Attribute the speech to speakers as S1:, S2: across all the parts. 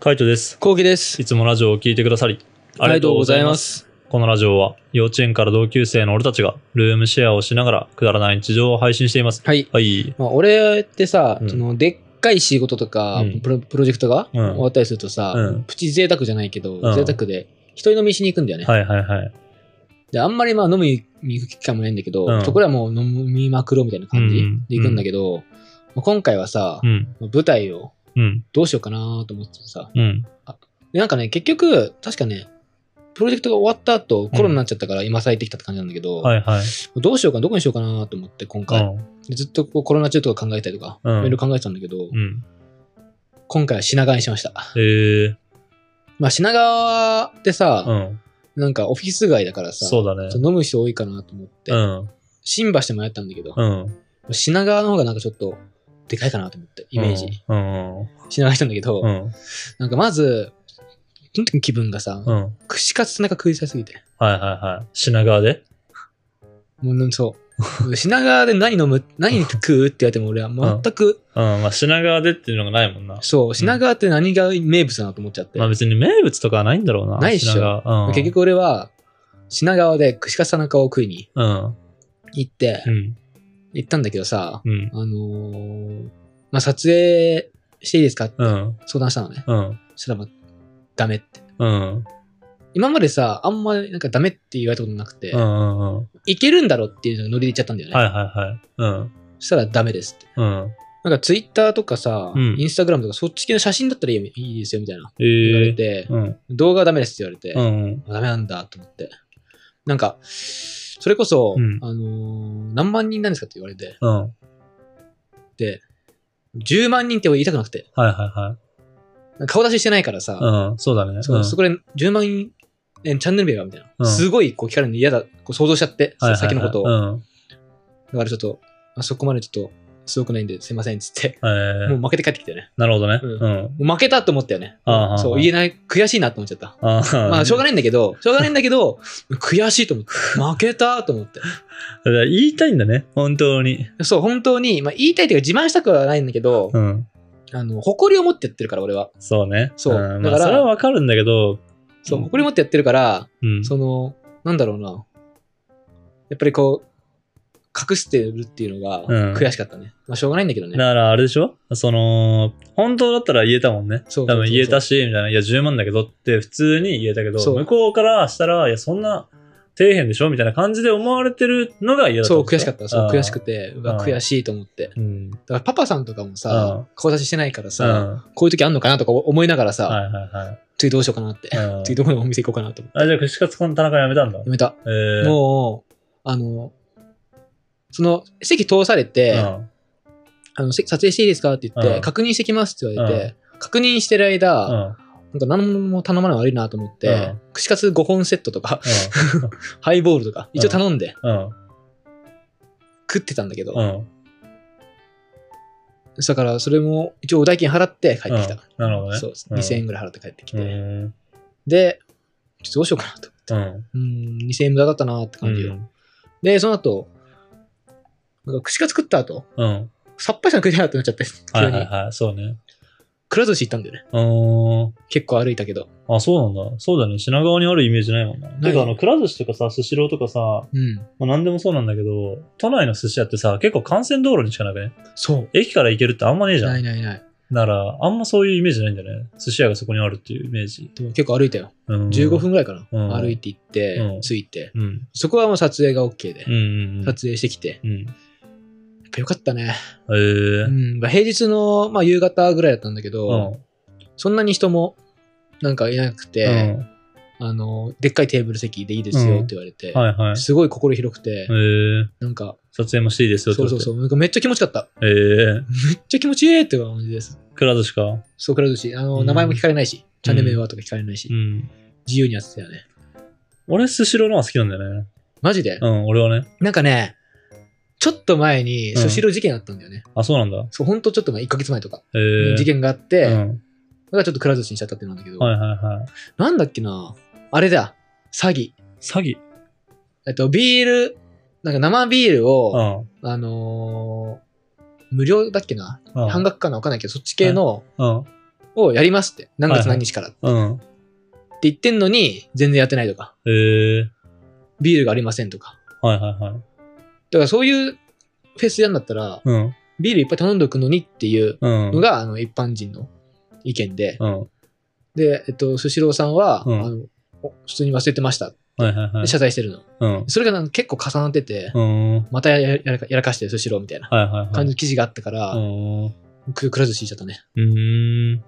S1: カイトです。
S2: コウキです。
S1: いつもラジオを聞いてくださり、ありがとうございます。
S2: す。
S1: このラジオは、幼稚園から同級生の俺たちが、ルームシェアをしながら、くだらない日常を配信しています。
S2: はい。
S1: はい。
S2: まあ、俺ってさ、
S1: うん
S2: そのでっかい仕事とか、
S1: うん
S2: プロプロジェクトが
S1: うん
S2: 終わったりするとさ、
S1: うん
S2: プチ贅沢じゃないけど、
S1: ん
S2: 贅沢で、一人飲みしに行くんだよね。
S1: はいはいはい。
S2: で、あんまりまあ飲みに行く機会もないんだけど、
S1: うん
S2: そこではもう飲みまくろうみたいな感じ
S1: うん
S2: で行くんだけど、まあ今回はさ
S1: う、ん。
S2: 舞台を
S1: うん。
S2: どうしようかなと思ってさ、
S1: うん。
S2: でなんかね、結局、確かね、プロジェクトが終わった後、コロナになっちゃったから今咲いてきたって感じなんだけど、
S1: はいはい。
S2: どうしようか、どこにしようかなと思って今回。
S1: うん
S2: でずっとこうコロナ中とか考えたりとか、い
S1: うん
S2: ろいろ考えてたんだけど、
S1: うん。
S2: 今回は品川にしました。
S1: えー。
S2: まあ品川って
S1: う
S2: さ、
S1: ん。
S2: なんかオフィス街だからさ、
S1: そうだね。
S2: 飲む人多いかなと思って、
S1: うん。
S2: 新橋でもやったんだけど、
S1: うん。
S2: 品川の方がなんかちょっとでかいかなと思って、イメージ。。
S1: うん。うん
S2: 品川にしたんだけ
S1: う
S2: ど、
S1: ん。
S2: なんかまず、その時の気分がさ、
S1: うん。
S2: 串カツ田中食いさすぎて。
S1: はいはいはい。品川で
S2: もうそう。品川で何飲む、何食うって言われても俺は全く、
S1: うん。まあ、品川でっていうのがないもんな。
S2: そう、品川って何が名物だなと思っちゃって。
S1: まあ別に名物とかはないんだろうな。
S2: ないっしょ
S1: 品川。うん。
S2: 結。局俺は品川で串カツ田中を食いに
S1: うん。
S2: 行って
S1: うん。
S2: 行ったんだけどさ、
S1: うん。
S2: あのーまあ、撮影していいですかって
S1: うん。
S2: 相談したのね。
S1: うん。
S2: そしたらまあダメって。
S1: うん。
S2: 今までさ、あんまりなんかダメって言われたことなくて、
S1: うんうんうん。
S2: いけるんだろうっていうのがノリで言っちゃったんだよね。
S1: はいはいはい。うん。
S2: そしたらダメですって。
S1: うん。
S2: なんかツイッターとかさ、
S1: うん
S2: インスタグラムとかそっち系の写真だったらいいよいいですよみたいな。
S1: え
S2: 言われ
S1: ー。
S2: て、
S1: うん。
S2: 動画はダメですって言われて、
S1: うん。
S2: ダメなんだと思って。なんか、それこそ、
S1: うん
S2: あのー何万人なんですかって言われて、
S1: うん。はい
S2: で、10万人って言いたくなくて、
S1: はいは
S2: 顔出ししてないからさ、
S1: い。うん。そうだね。
S2: そううんそこで10万人、えチャンネル名がみたいな、
S1: うん
S2: すごいこう聞かれるの嫌だ、こう想像しちゃって、
S1: はいはいはい
S2: 先のことを。
S1: うん。
S2: だからちょっと、あそこまでちょっと、すごくないんで、すいませんっつって、
S1: え
S2: も
S1: ー
S2: う負けて帰ってきたよね。
S1: なるほどね。
S2: う
S1: うん。
S2: もう負けたと思ったよね。
S1: ああ
S2: そう、言えない、悔しいなと思っちゃった。
S1: あ
S2: まあ、しょうが
S1: ない。
S2: ないんだけど、しょうがないんだけど、悔しいと思って、負けたと思って。
S1: だから 言いたいんだね。本当に。
S2: そう、本当に、まあ、言いたいというか自慢したくはないんだけど、
S1: うん。
S2: あの、誇りを持ってやってるから、俺は。
S1: そうね。
S2: そうん
S1: まあ
S2: だから
S1: それはわかるんだけど、
S2: そう、
S1: うん
S2: 誇り持ってやってるから、
S1: うん。
S2: その、なんだろうな。やっぱりこう、隠してるってい
S1: う
S2: うの
S1: ん
S2: が悔しかったね。まあ、しょうがないんだけど
S1: だ
S2: ね。
S1: からあれでしょその、本当だったら言えたもんね。
S2: そうそうそう
S1: 多分言えたし、みたいな。いや、10万だけどって普通に言えたけど、
S2: そう
S1: 向こうからしたら、いや、そんな底辺でしょみたいな感じで思われてるのが嫌だ
S2: そう、悔しかった。そう、悔しく
S1: て
S2: て、うわ、
S1: うん
S2: 悔しいと思って。だ
S1: こと。うん。
S2: から、パパさんとかも
S1: う
S2: さ
S1: ん、
S2: 顔出ししてないから
S1: うん。
S2: さ、
S1: は
S2: こういう時あんのかなとか思いながら
S1: い
S2: さ、
S1: はいはい。
S2: 次どうしようかなって。
S1: うん
S2: 次どこのお店行こうかなと思って。
S1: あ、じゃあ、串カツの田中やめたんだ。
S2: やめた。
S1: えー、
S2: もう、あの、その、席通され
S1: う
S2: て、
S1: ん、
S2: あの、せ撮影していいですかって言って、
S1: うん
S2: 確認してきますって言われて、確認してる間、
S1: うん、うん。
S2: なんか何も頼まないの悪いなと思って、
S1: うん
S2: 串カツ5本セットとか、 ハイボールとか、一応頼んで
S1: うん、
S2: 食ってたんだけど、
S1: うん。
S2: だからそれも一応お代金払って帰ってきた。
S1: うんなるほどね
S2: そう、
S1: うん
S2: 2000円ぐらい払って帰ってき
S1: う
S2: て。
S1: ん。
S2: で、ちょっとどうしようかなと。
S1: うん。
S2: うん、2000円無駄だったなって
S1: う
S2: 感じよ。
S1: ん。
S2: で、その後、なんか串カツ食った後、
S1: うん。
S2: さっぱりしたの食いたいなってなっちゃって、
S1: はいは
S2: 急
S1: い
S2: に。
S1: はい。そうね。
S2: くら寿司行ったんだよね。
S1: うーん。
S2: 結構歩いたけど。
S1: あ、そうなんだ。そうだね。品川にあるイメージないもんな。
S2: い
S1: てか、あの、くら寿司とかさ、スシローとかさ、
S2: うん。
S1: まあ、何でもそうなんだけど、都内の寿司屋ってさ、結構幹線道路にしかなくね。
S2: そう。
S1: 駅から行けるってあんまねえじゃ
S2: ない
S1: ん。
S2: ないない。
S1: なら、あんまそういうイメージないんだよね。寿司屋がそこにあるっていうイメージ。
S2: でも結構歩いたよ。
S1: うん。
S2: 15分ぐらいかな。
S1: うん
S2: 歩いて行って、
S1: うん
S2: 着いて。
S1: うん。
S2: そこはもう撮影が OK で、
S1: うんうんうん。
S2: 撮影してきて。
S1: う
S2: や
S1: ん。
S2: っぱよかったね。
S1: えー
S2: う。ん。まあ平日の、まあ、夕方ぐらいだったんだけ
S1: う
S2: ど、
S1: ん。
S2: そんなに人もなんかいなくて、あの、でっかいテーブル席でいいですよって言われて、
S1: うん。はいはい。
S2: すごい心広くて
S1: え、ー、
S2: なんか、
S1: 撮影もしていいです
S2: そ
S1: よ
S2: う
S1: ってこと
S2: そうそう、なんかめっちゃ気持ちよかった。
S1: え
S2: めっちゃ気持ちいいって感じです。
S1: ー、くら寿司か。
S2: そう、くら寿司。あの、
S1: うん
S2: 名前も聞かれないし、チャンネル名はとか聞かれないし、
S1: うん。
S2: 自由にやってたよね。
S1: 俺、スシローの方が好きなんだよね。
S2: マジで、
S1: うん、俺はね。
S2: なんかね、ちょっと前に、スシロー事件あったんだよね。
S1: あ、そうなんだ。
S2: そう、ほんとちょっと前、1ヶ月前とか、
S1: えー。
S2: 事件があって、
S1: うん。
S2: だからちょっとくら寿司にしちゃったってなんだけど、
S1: はいはいはい。
S2: なんだっけなあれだ、詐欺。
S1: 詐欺。
S2: えっと、ビール、なんか生ビール
S1: う
S2: を、
S1: ん。
S2: あのー無料だっけな
S1: うん
S2: 半額かなわかんないけど、そっち系の
S1: うん。
S2: をやりますって。何月何日からって
S1: うん。
S2: 言ってんのに、全然やってないとか、
S1: えー、
S2: ビールがありませんとか。
S1: はいはいはい。
S2: だからそういうフェスやんだったら、
S1: うん。
S2: ビールいっぱい頼んどくのにっていう
S1: うん。
S2: のが、あの、一般人の意見で。
S1: うん。は
S2: で、えっと、スシローさんは、
S1: うん
S2: あの、お普通に忘れてました。
S1: いはいはい
S2: で。謝罪してるの。
S1: うん。
S2: それがなんか結構重なってて、
S1: うん。はい
S2: またややらかやらかしてる、スシローみたいな
S1: はいはい。
S2: 感じの記事があったから、
S1: うん。う
S2: くくら寿司しちゃったね。
S1: ーん。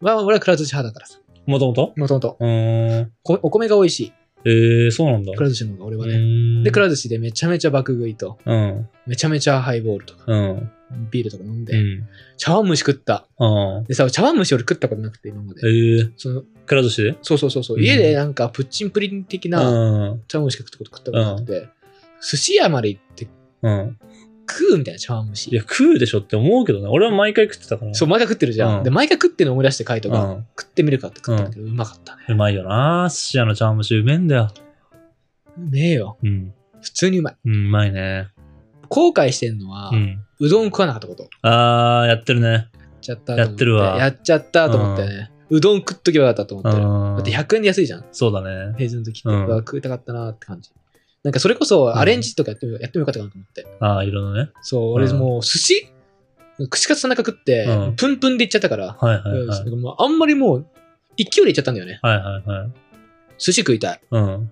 S2: まあ、俺はくら寿司派だからさ。
S1: もともと
S2: もともと。
S1: うーん。
S2: こお米が美味しい。
S1: えー、そうなんだ。
S2: くら寿司の方が俺はね。
S1: ね
S2: で、く
S1: ら
S2: ら寿司でめちゃめちゃ爆食いと、
S1: うん。
S2: めちゃめちゃハイボールとか、
S1: うん。
S2: ビールとか飲ん
S1: う
S2: で、
S1: ん。
S2: 茶碗蒸し食った。
S1: ああ。
S2: でさ、茶碗蒸し俺食ったことなくて、今ま
S1: え
S2: で。
S1: ー、
S2: その
S1: くら寿司で
S2: そうそうそうそう、
S1: うん
S2: 家でなんかプッチンプリン的
S1: う。
S2: なん茶碗蒸しか食ったこと食ったことなくて、寿司屋まで行って
S1: うん。
S2: 食うみたいな茶碗蒸
S1: いや、
S2: し。
S1: 食うでしょって思うけどね。俺は毎回食ってたから。
S2: そう、毎回食ってるじゃん。
S1: うん
S2: で、毎回食ってるの思い出してカイト
S1: う
S2: が、
S1: ん。
S2: 食ってみるかって食ったんだけど、うまかったね。
S1: うまいよな寿司屋の茶碗蒸しうめえんだよ。
S2: うめえよ。
S1: うん。
S2: 普通にうまい。
S1: うん、うまいね。
S2: 後悔してんのは、
S1: う。
S2: うんどん食わなかったこと。
S1: あー、やってるね。
S2: やっちゃったと思
S1: やってるわ
S2: やっちゃったと思ったよね。うどん食っとけばよかったと思
S1: う
S2: ってる。だ
S1: ん
S2: って。100円で安いじゃん。
S1: そうだね。
S2: 平時の時って。
S1: うん
S2: うわ食いたかったなって感じ。なんかそれこそアレンジとかやっても,、やってもよかったかなと思って。
S1: あー、色のね。
S2: そう、
S1: う
S2: 俺
S1: ん
S2: もう寿司串カツ田中食って、
S1: うん
S2: プンプンでいっちゃったから、
S1: はいはい
S2: うんな
S1: は
S2: ん
S1: い。
S2: かもうあんまりもう勢いでいっちゃったんだよね。
S1: はいはいはい。
S2: 寿司食いたい。
S1: うん。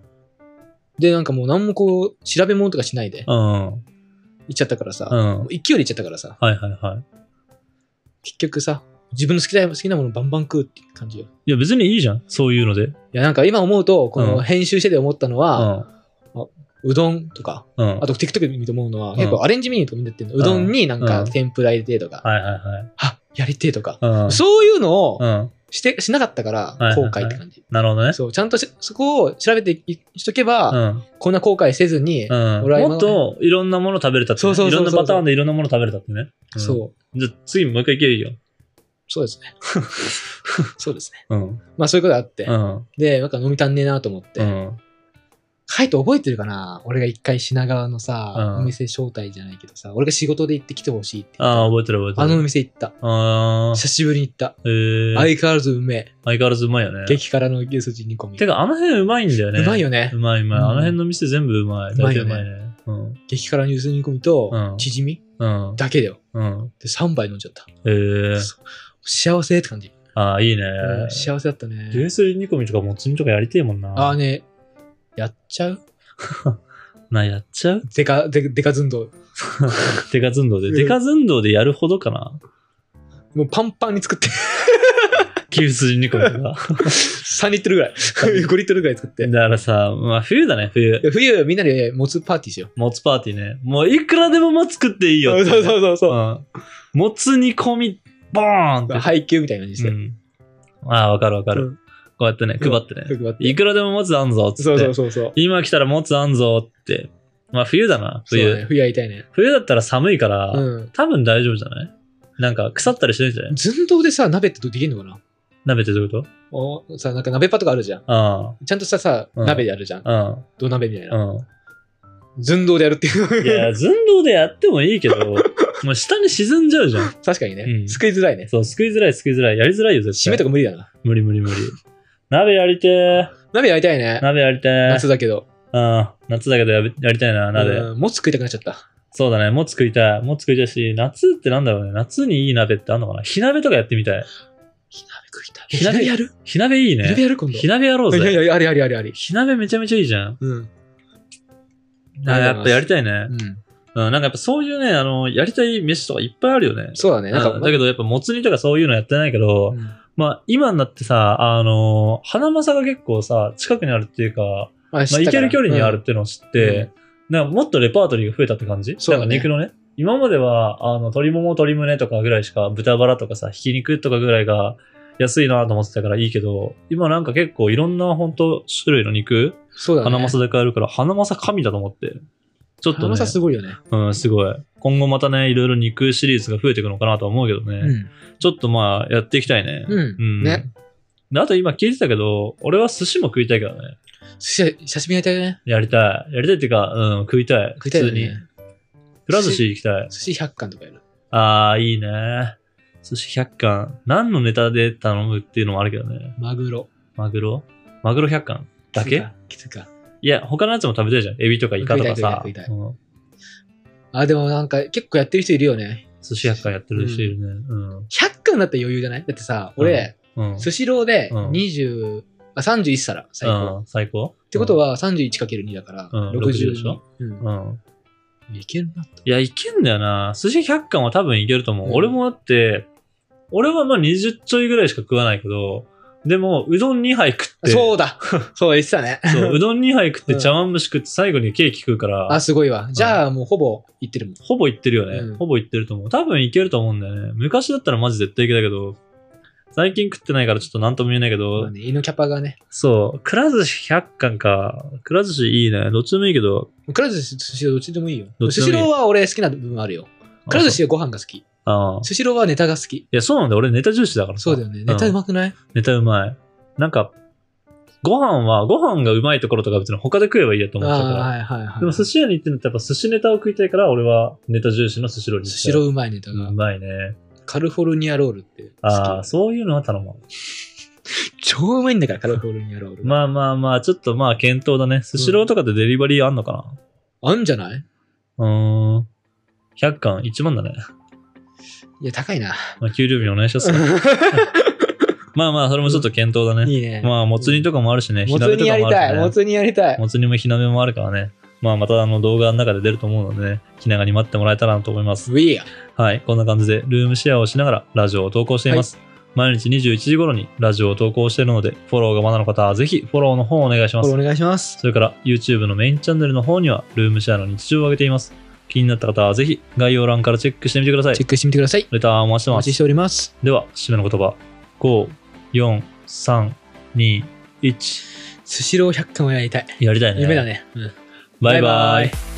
S2: で、なんかもう何もこう調べ物とかしないで
S1: うん。うん。
S2: 行っちゃったからさ、も
S1: は
S2: う勢いで行っちゃったからさ、
S1: いはいはい。
S2: 結局さ、自分の好きだ好きなものバンバン食うって感じよ。
S1: いや、別にいいじゃん。そういうので。
S2: いや、なんか今思うと、こ
S1: う
S2: の
S1: ん
S2: 編集してて思ったの
S1: う
S2: は、
S1: ん。
S2: うどんとか、
S1: うん。
S2: あと TikTok で見て思うのは、
S1: うん
S2: 結構アレンジメニューとかみんなやってるの。うどんになん
S1: う
S2: か
S1: ん
S2: 天ぷら入れてとか、
S1: はいはいはい。
S2: あやりてえとか、
S1: うん。
S2: そういうのを
S1: うん。
S2: して、しなかったから
S1: いはい、
S2: 後
S1: はい
S2: 悔って感じ。
S1: なるほどね。
S2: そう、ちゃんとしそこを調べていしとけば、
S1: うん。
S2: こんな後悔せずに、
S1: うん。
S2: 俺は今
S1: もっといろんなもの食べれたってね。
S2: そうそうそうそう
S1: いろんなパターンでいろんなもの食べれたってね。うん
S2: そう、
S1: じゃあ次もう一回いけるよ。
S2: そうですね。 そうですね。
S1: うん。
S2: まあそういうことあって、
S1: うん。
S2: で、なんか飲み足んねえなと思って、
S1: うん。
S2: カイト覚えてるかな俺が一回品川のさ、
S1: うん
S2: お店招待じゃないけどさ、俺が仕事で行ってきてほしいって。
S1: ああ、覚えてる覚えてる。
S2: あのお店行った。
S1: あー
S2: 久しぶりに行った。
S1: えー、相
S2: 相変わらずうめえ。
S1: 変わらずうまいよね。
S2: 激辛の牛すじ煮込み。
S1: てか、あの辺うまいんだよね。
S2: うまいよね
S1: う。まいうまい。
S2: うん
S1: あの辺の店全部うまい。
S2: うまい
S1: 大体
S2: よ
S1: う
S2: ね
S1: まいね。うん。
S2: 激辛の牛すじ煮込みと
S1: うん、
S2: チヂミ
S1: うん。
S2: だけだよ。
S1: うん。
S2: で、3杯飲んじゃった。
S1: えー。
S2: 幸せって感じ。
S1: ああ、いいね。
S2: うん幸せだったね。
S1: 牛すり煮込みとかもつ煮とかやりてえもんな。
S2: ああね、やっちゃう
S1: な、やっち ゃう
S2: デカ、デデカずんどう。
S1: デカ寸胴で。デカ寸胴でやるほどか な。
S2: もうパンパンに作って、
S1: 牛すり煮込みとか。
S2: 3リットルぐらい。5リットルぐらい作って
S1: だ。からさ、まあ冬だね、冬。
S2: で冬みんなでもつパーティーしよ。
S1: もつパーティーね。もういくらでももつ食っていいうよって。
S2: そうそうそうそう。
S1: うんもつ煮込み、ボーンって。
S2: 配給みたいな感じ
S1: う
S2: で
S1: ん。ああ、わかるわかる。
S2: うん
S1: こうやってね、配ってね。
S2: して。配って
S1: いくらでも持つあんぞっつって。
S2: そうそうそうそう。
S1: 今来たら持つあんぞって。まあ冬だな、
S2: そう
S1: 冬。
S2: だね冬やりたいね。
S1: 冬だったら寒いから、
S2: うん。
S1: 多分大丈夫じゃないなんか腐ったりしないんじゃない
S2: 寸胴でさ、鍋ってどうできるのかな
S1: 鍋ってどういうこ
S2: おさ、なんか鍋パとかあるじゃん。
S1: とあ
S2: ちゃんとしたさ、
S1: うん
S2: 鍋であるじゃん。
S1: あ、
S2: 土鍋みたいな。
S1: うん、
S2: 寸胴でやるって
S1: うん。い
S2: いう。
S1: や、寸胴でやってもいいけど、もう下に沈んじゃうじゃん。
S2: 確かに
S1: う
S2: ね。
S1: ん
S2: すくいづらいね。
S1: そう、すくいづらいすくいづらい。やりづらいよ、絶
S2: 締
S1: 対。
S2: めとか無理だな。
S1: 無理無理無理。鍋やりてー。
S2: 鍋やりたいね。
S1: 鍋やりてー。
S2: 夏だけど。
S1: うん。夏だけどやべやりたいな、鍋。
S2: うんもつ食いたくなっちゃった。
S1: そうだね、もつ食いたい。もつ食いたいし、夏ってなんだろうね。夏にいい鍋ってあんのかな火鍋とかやってみたい。
S2: 火鍋食いたい。
S1: 火
S2: 火
S1: 鍋
S2: 鍋やる
S1: 火鍋いい
S2: 火
S1: ね
S2: 鍋。やる今度。
S1: 火鍋やろう
S2: いやい
S1: ぜ。
S2: やいや、ありありありあり。
S1: 火鍋めちゃめちゃいいじゃん。
S2: うん。
S1: あやっぱやりたいね
S2: う。ん。
S1: うん、なんかやっぱそういうね、あの、やりたい飯とかいっぱいあるよね。
S2: そうだね。なん
S1: う
S2: か、
S1: んだけどやっぱもつ煮とかそういうのやってないけど、
S2: うん
S1: まあ今になってさ、あの、花正が結構さ、近くにあるっていうか、
S2: まあ
S1: まあ行ける距離にあるっ。ていうのを知って、なんかもっとレパートリーが増えたって感じ
S2: そうだね
S1: なんか肉のね。今までは、あの、鶏もも、鶏胸とかぐらいしか、豚バラとかさ、ひき肉とかぐらいが安いなと思ってたからいいけど、今なんか結構いろんな本当種類の肉、
S2: 知ったらうんそうだね。
S1: 花正で買えるから、花正神だと思って。ちょっと
S2: 花
S1: ね
S2: 正、すごいよね。
S1: うん、すごい。今後またね、いろいろ肉シリーズが増えていくのかなとは思うけどね。
S2: うん。
S1: ちょっとまあ、やっていきたいね。
S2: うんね。
S1: であと今聞いてたけど、俺は寿司も食いたいからね。
S2: 刺身刺身やりたいね。
S1: やりたい。やりたいっていうか、うん、食いたい。
S2: 食いたいよ
S1: 普通に
S2: ね。。
S1: くら寿司行きたい。
S2: 寿司100貫とかやる。
S1: ああ、いいね。寿司100貫。何のネタで頼むっていうのもあるけどね。
S2: マグロ。
S1: マグロマグロ100貫だけ
S2: きつか。きつか
S1: いや、他のやつも食べたいじゃん。エビとかイカとかさ。
S2: 食いたい食いたい食いたい
S1: うん
S2: あ、でもなんか結構やってる人いるよね。
S1: 寿司100貫やってる人いるね。うん。
S2: 100貫だったら余裕じゃないだってさ、俺、
S1: うん。
S2: スシローで
S1: うん
S2: 20、あ31皿、最高。っ
S1: うん最高って
S2: こと、は 31×2 だから、
S1: うん
S2: 60
S1: 60でしょ
S2: うん
S1: うんうん。
S2: いけるなと。
S1: いや、いけんだよな。寿司100貫は多分いけると思う。
S2: うん
S1: 俺もだって、俺はまあ20ちょいぐらいしか食わないけど、でも、うどん2杯食って、
S2: そうだ そう、言ってたね。
S1: そううどん2杯食って
S2: うん
S1: 茶碗蒸し食って最後にケーキ食うから
S2: あ、、すごいわ。じゃあもうほぼいってるもん。
S1: ほぼいってるよね、
S2: うん
S1: ほぼいってると思う。多分いけると思うんだよね。昔だったらマジ絶対いけたけど、最近食ってないからちょっと何とも言えないけど、
S2: まあね、胃のキャパがね。
S1: そう、くら寿司100貫か。くら寿司いいね。どっちでもいいけど、
S2: くら寿司、スシローどっちでもいいよ。
S1: どっち
S2: ス
S1: でもい
S2: シ
S1: い
S2: ローは俺好きな部分あるよ。くら寿司はご飯が好き。
S1: ああ。
S2: スシローはネタが好き。
S1: いや、そうなんだよ。俺ネタ重視だからさ
S2: そうだよね。ネタうまくない
S1: ネタうまい。なんか、ご飯は、ご飯がうまいところとか別に他で食えばいいやと
S2: あ
S1: 思っちゃうか
S2: あ、
S1: ら。
S2: はいはいはい。
S1: でも寿司屋に行ってんだったらやっぱ寿司ネタを食いたいから俺はネタ重視の寿司ローに
S2: ス
S1: した
S2: シローうまいネタ
S1: う
S2: が。
S1: まいね。
S2: カルフォルニアロールって好き。
S1: ああ、そういうのは頼も
S2: 超うまいんだから、カルフォルニアロール。
S1: う。まあまあまあ、ちょっとまあ検討だね。寿司ローとかでデリバリーあんのか
S2: あんじゃない
S1: なうーん。100貫1万だね。
S2: いや、高いな。
S1: まあ給料日お願いします よ。まあまあ、それもちょっと検討だね。
S2: いいね。
S1: まあ、もつ煮とかもあるしね。
S2: も
S1: 火
S2: つ
S1: 鍋と
S2: 煮や
S1: か
S2: り
S1: もあるしね
S2: たい。もつ煮やりたい。
S1: もつ煮も火鍋もあるからね。まあ、またあの動画の中で出ると思うのでね、気長に待ってもらえたらなと思います。
S2: ウィア。
S1: はい、こんな感じでルームシェアをしながらラジオを投稿しています。毎日21時頃にラジオを投稿しているので、フォローがまだの方はぜひフォローの方をお願いしま
S2: これお
S1: す。
S2: 願いします。
S1: それから YouTube のメインチャンネルの方にはルームシェアの日常を上げています。気になった方はぜひ概要欄からチェックしてみてください
S2: チェ。ックしてみてください。
S1: レターをお待ちして
S2: お
S1: ま
S2: 待ちし
S1: す。
S2: ております。
S1: では、締めの言葉。5、4、3、2、1。
S2: スシロー100貫はやりたい。
S1: やりたいね。
S2: 夢だね。うん
S1: バイバイ。
S2: イ。